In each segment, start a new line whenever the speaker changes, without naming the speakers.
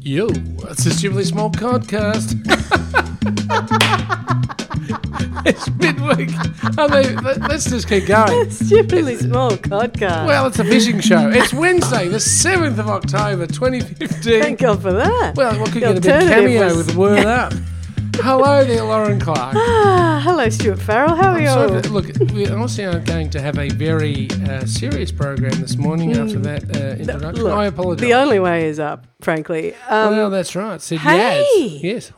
Yo, it's the Stupidly Small Podcast. it's midweek. I mean, let- let's just keep going.
Stupidly small podcast.
Well, it's a fishing show. It's Wednesday, the 7th of October, 2015.
Thank God for that.
Well, what could
The
get a big
alternative
cameo
was-
with the word up? Hello there, Lauren Clark.
Ah, hello, Stuart Farrell. How are
I'm
you?
sorry,
all?
but look, we obviously aren't going to have a very uh, serious program this morning after that uh, introduction.
Hmm. Look,
I apologise.
The only way is up, frankly. Um,
well, that's right. Said
Hey!
Yads. Yes.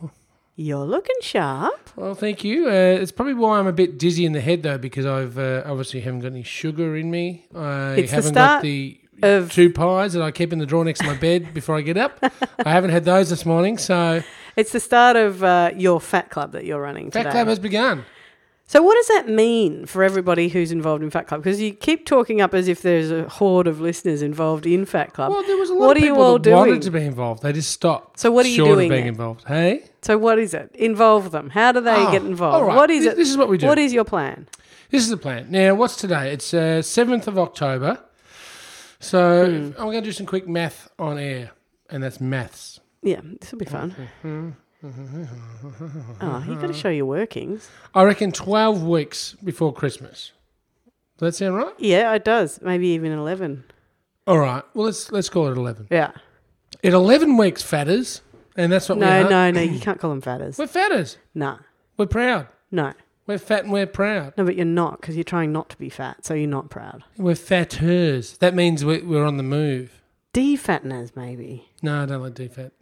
you're looking sharp.
Well, thank you. Uh, it's probably why I'm a bit dizzy in the head though, because I've uh, obviously haven't got any sugar in me. I
It's the
haven't got
start
the
of-
two pies that I keep in the drawer next to my bed before I get up. I haven't had those this morning, so
It's the start of uh, your fat club that you're running today.
Fat Club has begun.
So, what does that mean for everybody who's involved in Fat Club? Because you keep talking up as if there's a horde of listeners involved in Fat Club.
Well, there was a lot
Um, What
of
are you
people
all
that wanted
doing?
to be involved. They just stopped.
So what are you
short
doing
of being
then?
involved? Hey,
so, what is it? Involve them. How do they
Oh,
get involved?
all right.
What is
This-
it?
this is what we do.
What is your plan?
this is the plan. Now, what's today? It's uh, seventh of October. So
Hmm.
I'm going to do some quick math on air, and that's maths.
Yeah, this will be fun.
Mm-hmm.
oh, you got to show your workings.
I reckon 12 weeks before Christmas. Does that sound right?
Yeah, it does. Maybe even eleven.
All right. Well, let's let's call it 11.
Yeah.
At 11 weeks, fatters, and that's what we
No,
are.
no, no. You can't call them fatters.
We're fatters.
No,
We're proud.
no,
We're fat and we're proud.
no. But you're not because you're trying not to be fat, so you're not proud.
We're fatters. That means we're, we're on the move.
Defatteners, maybe.
No, I don't like defat.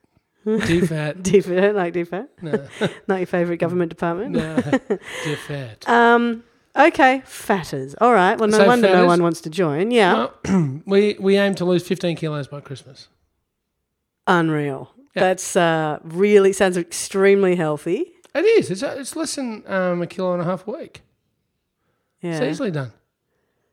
Defat.
Defat, like defat.
No.
not your favourite government department.
no. Defat.
Um. Okay, fatters. All right. Well, no
So
wonder
fatters-
no one wants to join. Yeah.
Well, we, we aim to lose 15 kilos by Christmas.
Unreal.
Yeah.
That's uh, really sounds extremely healthy.
It is. It's, it's less than um, a kilo and a half a week.
Yeah.
It's easily done.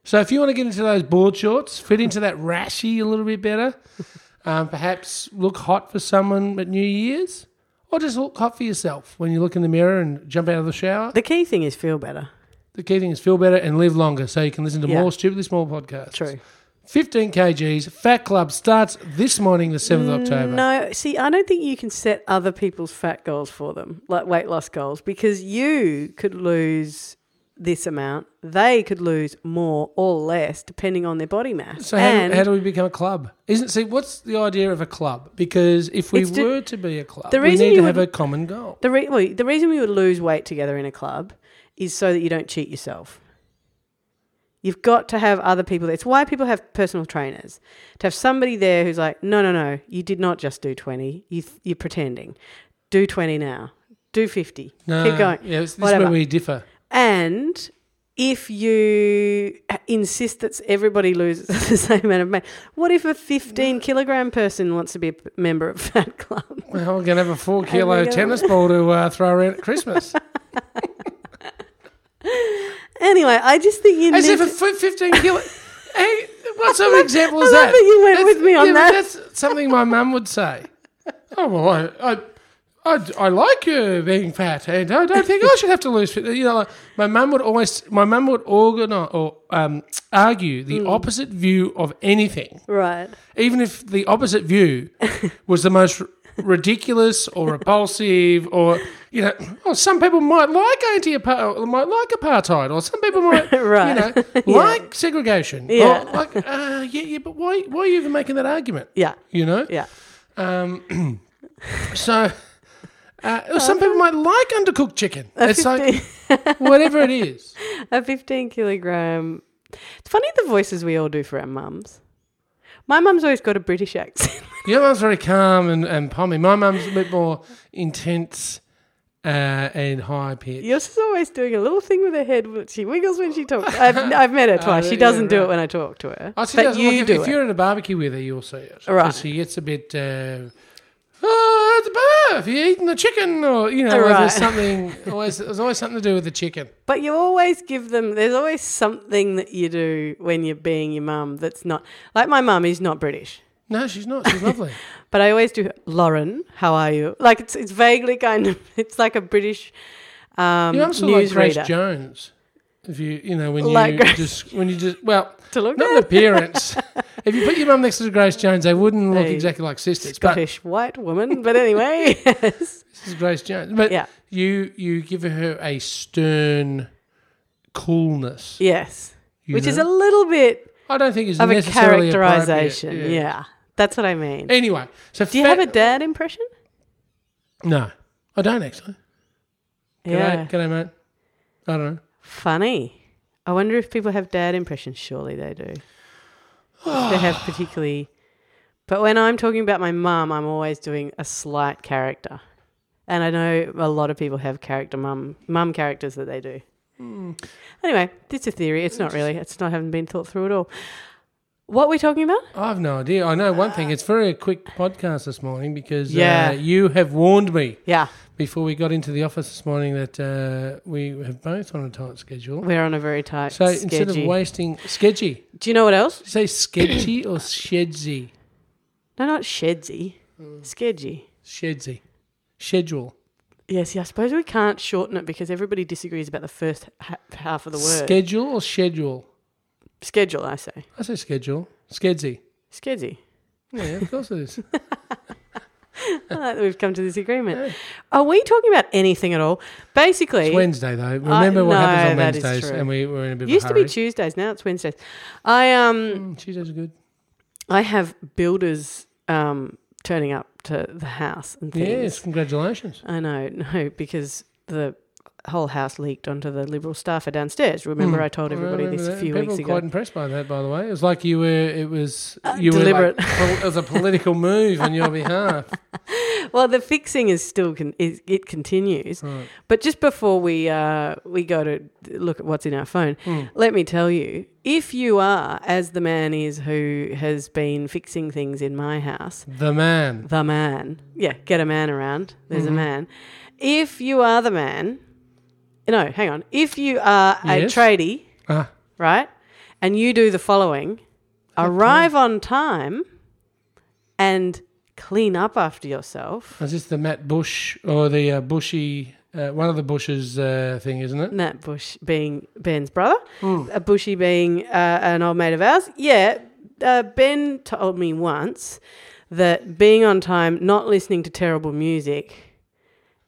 So if you want to get into those board shorts, fit into that rashy a little bit better, um, perhaps look hot for someone at New Year's, or just look hot for yourself when you look in the mirror and jump out of the shower.
The key thing is feel better.
The key thing is feel better and live longer so you can listen to
Yeah.
more Stupidly Small podcasts.
True.
15 kgs, Fat Club starts this morning, the 7th of October.
Mm, No, see, I don't think you can set other people's fat goals for them, like weight loss goals, because you could lose this amount, they could lose more or less depending on their body mass.
So how,
and
do, how do we become a club? Isn't see what's the idea of a club? Because if we
It's to-
were to be a club,
the
we
reason
need to
you
have a
would-
common goal.
the, re- well, the reason we would lose weight together in a club is so that you don't cheat yourself. You've got to have other people. It's why people have personal trainers to have somebody there who's like, no, no, no, you did not just do twenty. You th- you're pretending. Do twenty now. Do fifty.
No,
Keep going.
Yeah, this is
Whatever.
where we differ.
And if you insist that everybody loses the same amount of weight, what if a 15 kilogram person wants to be a p- member of Fat Club?
Well, we're going to have a four kilo
my God.
tennis ball to uh, throw around at Christmas.
Anyway, I just think you
As
need
if a
to-
fi- 15 kilo. hey, what sort of example is
I love
that?
that you went with me on
yeah, but
that.
That's something my mum would say. Oh, well, I. I I, I like uh, being fat, and I don't think I should have to lose. fit- You know, like, my mum would always, my mum would organize or um, argue
Hmm.
the opposite view of anything.
Right.
even if the opposite view was the most r- ridiculous or repulsive or you know oh, some people might like anti might like apartheid or some people might you
Right.
know
Yeah.
like segregation or
Yeah.
like uh, yeah yeah but why why are you even making that argument
Yeah.
you know
Yeah.
um so uh, or some people might like undercooked chicken it's like whatever it is
a 15 kilogram. It's funny the voices we all do for our mums. My mum's always got a British accent.
Your mum's very calm and, and pommy. My mum's a bit more intense uh, and high pitched.
Yours is always doing a little thing with her head. when She wiggles when she talks. I've, I've met her twice. she
Oh, yeah, Oh,
doesn't do
right.
it when I talk to her.
I see
but
that's-
you
look, if,
do
if
it.
you're at a barbecue with her, you'll see it. 'Cause
Right.
She gets a bit. Uh, oh, it's a bird. You're eating the chicken, or you know, like there's
Right.
something. Always, there's always something to do with the chicken.
But you always give them. There's always something that you do when you're being your mum that's not like my mum is not British.
No, she's not. She's lovely.
But I always do. Lauren, how are you? Like it's it's vaguely kind of it's like a British um,
Your mum's sort of like Grace
newsreader.
Jones. If you, you know, when
Like
you
Grace-
just, when you just, well,
to look
not an
at.
appearance. if you put your mum next to Grace Jones, they wouldn't look
They-
exactly like sisters. But
Scottish white woman, but anyway, yes.
this is Grace Jones. But
yeah,
you, you give her a stern coolness,
yes,
you
which is a
know?
little bit
I don't think is
of a
necessarily appropriate.
characterization. Yeah. that's what I mean.
Anyway, so
Do you
fat-
have a dad impression?
no? I don't actually. G'day,
yeah,
g'day, mate. I don't know.
funny. I wonder if people have dad impressions. Surely they do. If they have particularly. But when I'm talking about my mum, I'm always doing a slight character, and I know a lot of people have character mum mum characters that they do. Anyway, it's a theory. It's not really. It's not haven't been thought through at all. What we're talking about?
I've no idea. I know one thing. It's very quick podcast this morning because
Yeah.
uh, you have warned me
Yeah,
before we got into the office this morning that uh, we have both on a tight schedule.
we're on a very tight.
So instead of
schedule.
wasting sketchy, Did
do you know what else?
you say sketchy or shedsy?
No, not shedsy,
Mm.
skedgy.
Shedsy, schedule,
Yeah, see, I suppose we can't shorten it because everybody disagrees about the first ha- half of the word.
schedule or schedule.
Schedule, I say.
I say schedule, skedsy.
Skedsy.
Yeah, of course it is.
I like that we've come to this agreement. Are we talking about anything at all? Basically,
It's Wednesday though. Remember what
no,
happens on
that is
Wednesdays,
true.
and we were in a bit
it used
of a
to
hurry.
be Tuesdays, now it's Wednesdays. I um
Mm, Tuesdays are good.
I have builders um turning up to the house and things.
Yes, congratulations.
I know, no, because the whole house leaked onto the Liberal staffer downstairs. Remember,
Hmm.
I told everybody
Mm. remember
this a
that.
few
People
weeks
were
ago.
quite impressed by that, by the way. It was like you were. It was
Uh,
you
deliberate.
Were like, pol- it was a political move on your behalf.
Well, the fixing is still con- is, it continues,
Right.
but just before we uh, we go to look at what's in our phone, let me tell you: if you are, as the man is who has been fixing things in my house,
The man.
the man, yeah, get a man around. There's a man. If you are the man, no, hang on. If you are
Yes.
a tradie,
Ah,
right, and you do the following: arrive on time and clean up after yourself.
is this the Matt Bush or the uh, Bushy? Uh, one of the Bushes uh, thing, isn't it?
Nat Bush being Ben's brother, uh, Bushy being uh, an old mate of ours. Yeah, uh, Ben told me once that being on time, not listening to terrible music,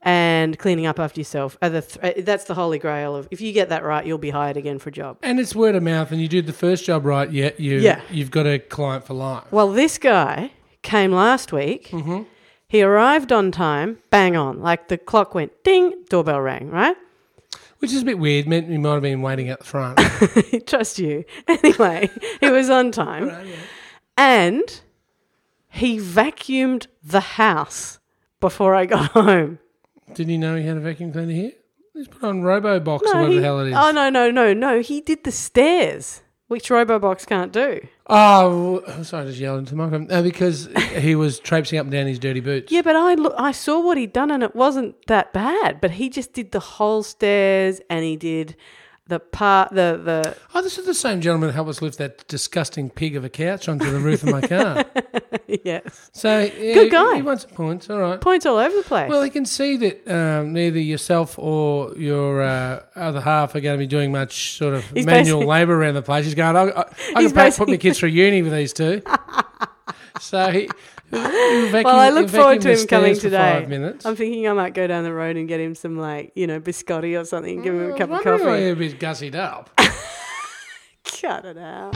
and cleaning up after yourself are the th- uh, that's the holy grail of if you get that right, you'll be hired again for a job.
And it's word of mouth, and you did the first job right. Yet you,
Yeah.
you've got a client for life.
Well, this guy came last week. He arrived on time, bang on. Like the clock went ding, doorbell rang, right?
Which is a bit weird. Meant he might have been waiting at the front.
Trust you. Anyway, he was on time. And he vacuumed the house before I got home.
Didn't he know he had a vacuum cleaner here? He's put on Robobox or whatever
he-
the hell it is.
Oh, no, no, no, no. He did the stairs, which Robobox can't do.
Oh, w- I'm sorry, I just yelled into the microphone. Uh, because he was traipsing up and down his dirty boots.
Yeah, but I look, I saw what he'd done and it wasn't that bad. But he just did the whole stairs and he did the part, the, the,
Oh, this is the same gentleman who helped us lift that disgusting pig of a couch onto the roof of my car.
yes.
So yeah,
Good guy.
He wants points. All right.
Points all over the place.
Well, he can see that um, neither yourself or your uh, other half are going to be doing much sort of
He's
manual
basi-
labour around the place. He's going, I, I, I
He's
can pay, put
basi-
my kids through uni with these two. so he, he vacuumed-
Well, I
he
look forward
vacuumed
to
the
him coming
stairs for
today.
Five minutes.
I'm thinking I might go down the road and get him some, like, you know, biscotti or something, give him a cup
I was
of
Mm, wondering
coffee.
why you're a bit gussied up.
Cut it out.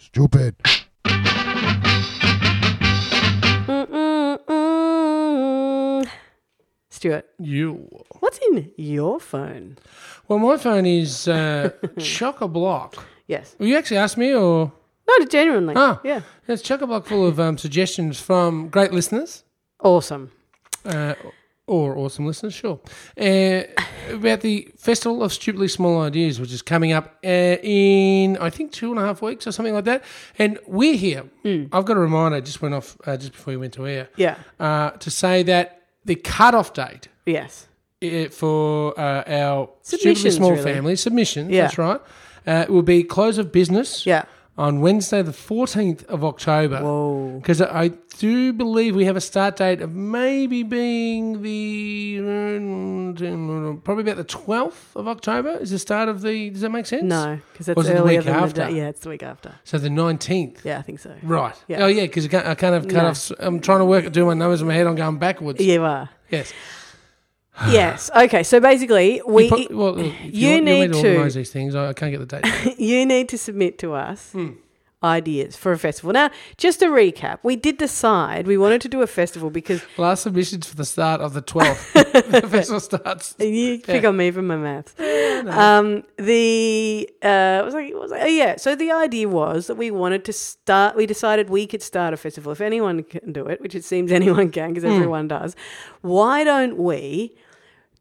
Stupid.
Mm-mm-mm. Stuart,
you.
what's in your phone?
Well, my phone is uh, chock a block.
Yes.
Will you actually ask me, or
No, genuinely.
Ah.
Yeah.
it's chock a block full of um, suggestions from great listeners
Awesome.
uh, or awesome listeners, sure, uh, about the Festival of Stupidly Small Ideas, which is coming up uh, in I think two and a half weeks or something like that. And we're here.
Hmm.
I've got a reminder just went off uh, just before we went to air
Yeah.
uh, to say that the cutoff date
Yes.
uh, for uh, our stupidly
Submissions,
small
really.
family submissions.
Yeah.
That's right. Uh, will be close of business
Yeah.
on Wednesday, the 14th of October.
Whoa.
Because I do believe we have a start date of maybe being the. Probably about the 12th of October is the start of the. Does that make sense?
No, because
Was
it's
it the
earlier
week
than
after?
the day. Yeah, it's the week after.
So the 19th.
Yeah, I think so.
Right.
Yeah.
Oh, yeah, because I can't, I can't have cut
No.
off. I'm trying to work, do my numbers in my head. I'm going backwards.
You are.
Yes.
yes. Okay. So basically, we
you, pro- well, if
you
want- you'll
need
to
to-
organise these things. I, I can't get the date.
you need to submit to us ideas for a festival. Now, just to recap, we did decide we wanted to do a festival because
Last submissions for the start of the 12th. the festival starts.
you pick
Yeah.
on me from my maths. Um, the uh, what was like, was like, oh yeah. So the idea was that we wanted to start. We decided we could start a festival if anyone can do it, which it seems anyone can
Hmm.
because everyone does. Why don't we?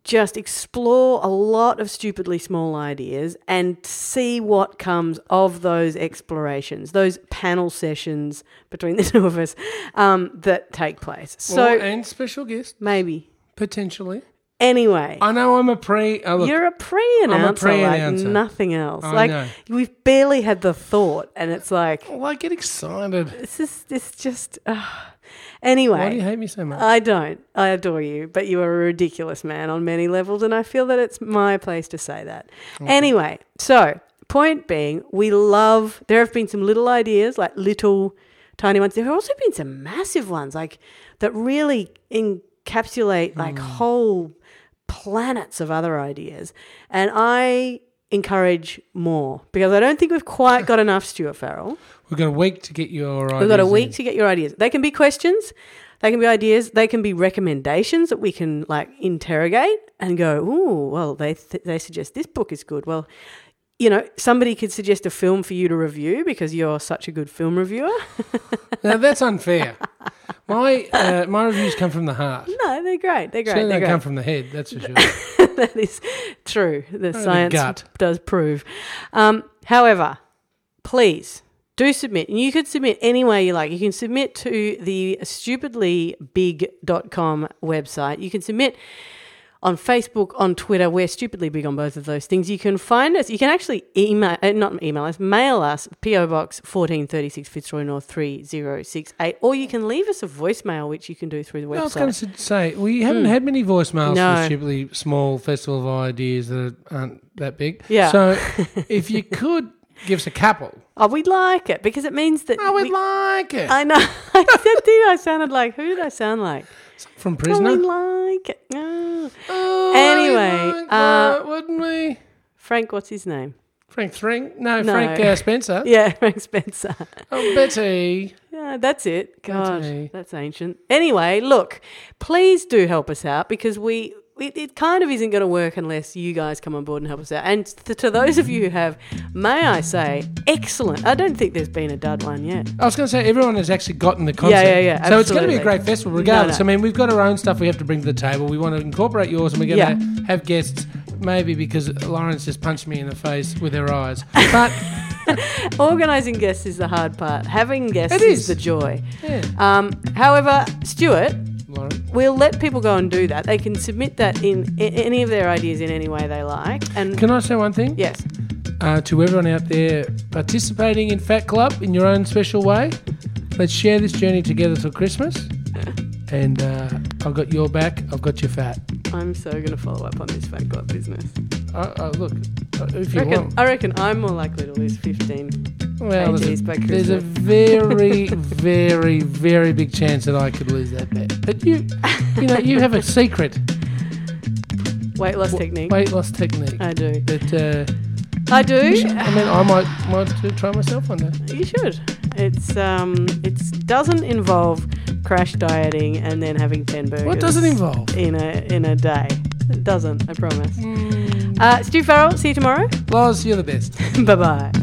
Just explore a lot of stupidly small ideas and see what comes of those explorations, those panel sessions between the two of us um, that take place.
Or-
So
and special guest,
maybe.
potentially.
Anyway.
I know I'm a pre. Oh, look,
You're a pre-announcer,
pre-announcer.
like nothing else.
I
like
know.
we've barely had the thought, and it's like
well, I get excited.
this is this just. Uh.
Why do you
Anyway,
hate me so much?
I don't. I adore you, but you are a ridiculous man on many levels, and I feel that it's my place to say that. Anyway, so point being, we love. There have been some little ideas, like little tiny ones. There have also been some massive ones, like that really encapsulate like whole planets of other ideas. And I encourage more because I don't think we've quite got enough Stuart Farrell.
We've got a week to get your ideas.
We've got a
in.
week to get your ideas. They can be questions, they can be ideas, they can be recommendations that we can like interrogate and go, "Ooh, well, they th- they suggest this book is good." Well, you know, somebody could suggest a film for you to review because you're such a good film reviewer.
Now, that's unfair. my uh, my reviews come from the heart.
no, they're great. They're great.
Certainly they
They're great.
come from the head, that's for sure.
that is true. The
the
science
gut.
does prove. Um, however, please do submit. And you could submit any way you like. You can submit to the stupidlybig.com website. You can submit on Facebook, on Twitter. We're stupidly big on both of those things. You can find us. You can actually email, uh, not email us, mail us, PO Box fourteen thirty six Fitzroy North three zero six eight, or you can leave us a voicemail, which you can do through the
No, I was
website.
going to say we haven't had many voicemails
Hmm. No.
for the stupidly small festival of ideas that aren't that big.
Yeah.
So if you could give us a couple,
oh, we'd like it because it means that
I would
we-
like it.
I know. I said, dude, I sounded like, who did I sound like?
from
Something
prisoner.
like, oh.
Oh,
Anyway,
we'd like
uh,
that, wouldn't we?
Frank, what's his name?
Frank Thring? No,
No.
Frank uh, Spencer.
Yeah, Frank Spencer.
Oh, Betty.
Yeah, that's it. God,
me.
that's ancient. Anyway, look, please do help us out because we. It, it kind of isn't going to work unless you guys come on board and help us out. And th- to those of you who have, may I say, excellent. I don't think there's been a dud one yet.
I was going to say everyone has actually gotten the concept.
yeah, yeah,
So it's going to be a
absolutely.
great festival, regardless.
No, no.
I mean, we've got our own stuff we have to bring to the table. We want to incorporate yours, and we're going
Yeah.
to have guests. Maybe because Lawrence just punched me in the face with her eyes, but
Organising guests is the hard part. Having guests
It
is.
is.
the joy.
yeah,
Um, however, Stuart,
Lawrence.
We'll let people go and do that. They can submit that in a- any of their ideas in any way they like. And
Can I say one thing?
yes,
Uh, to everyone out there participating in Fat Club in your own special way, let's share this journey together till Christmas. And uh, I've got your back, I've got your fat.
I'm so going to follow up on this fat club business.
Uh, uh, look, uh, if
I
you
reckon,
want.
I reckon I'm more likely to lose 15
Well, there's
kgs
a,
by
there's a
Christmas.
very, very, very big chance that I could lose that bet. But you, you know, you have a secret
weight loss
w-
technique.
weight loss technique.
I do.
That uh,
I
you
do.
should- I mean, I might might try myself one day.
You should. It's um, it's doesn't involve crash dieting and then having 10 burgers.
What does it involve?
in a in a day?
Mm.
Mm. It doesn't. I promise. Uh, Stu Farrell. See you tomorrow.
Lars, you're the best.
bye bye.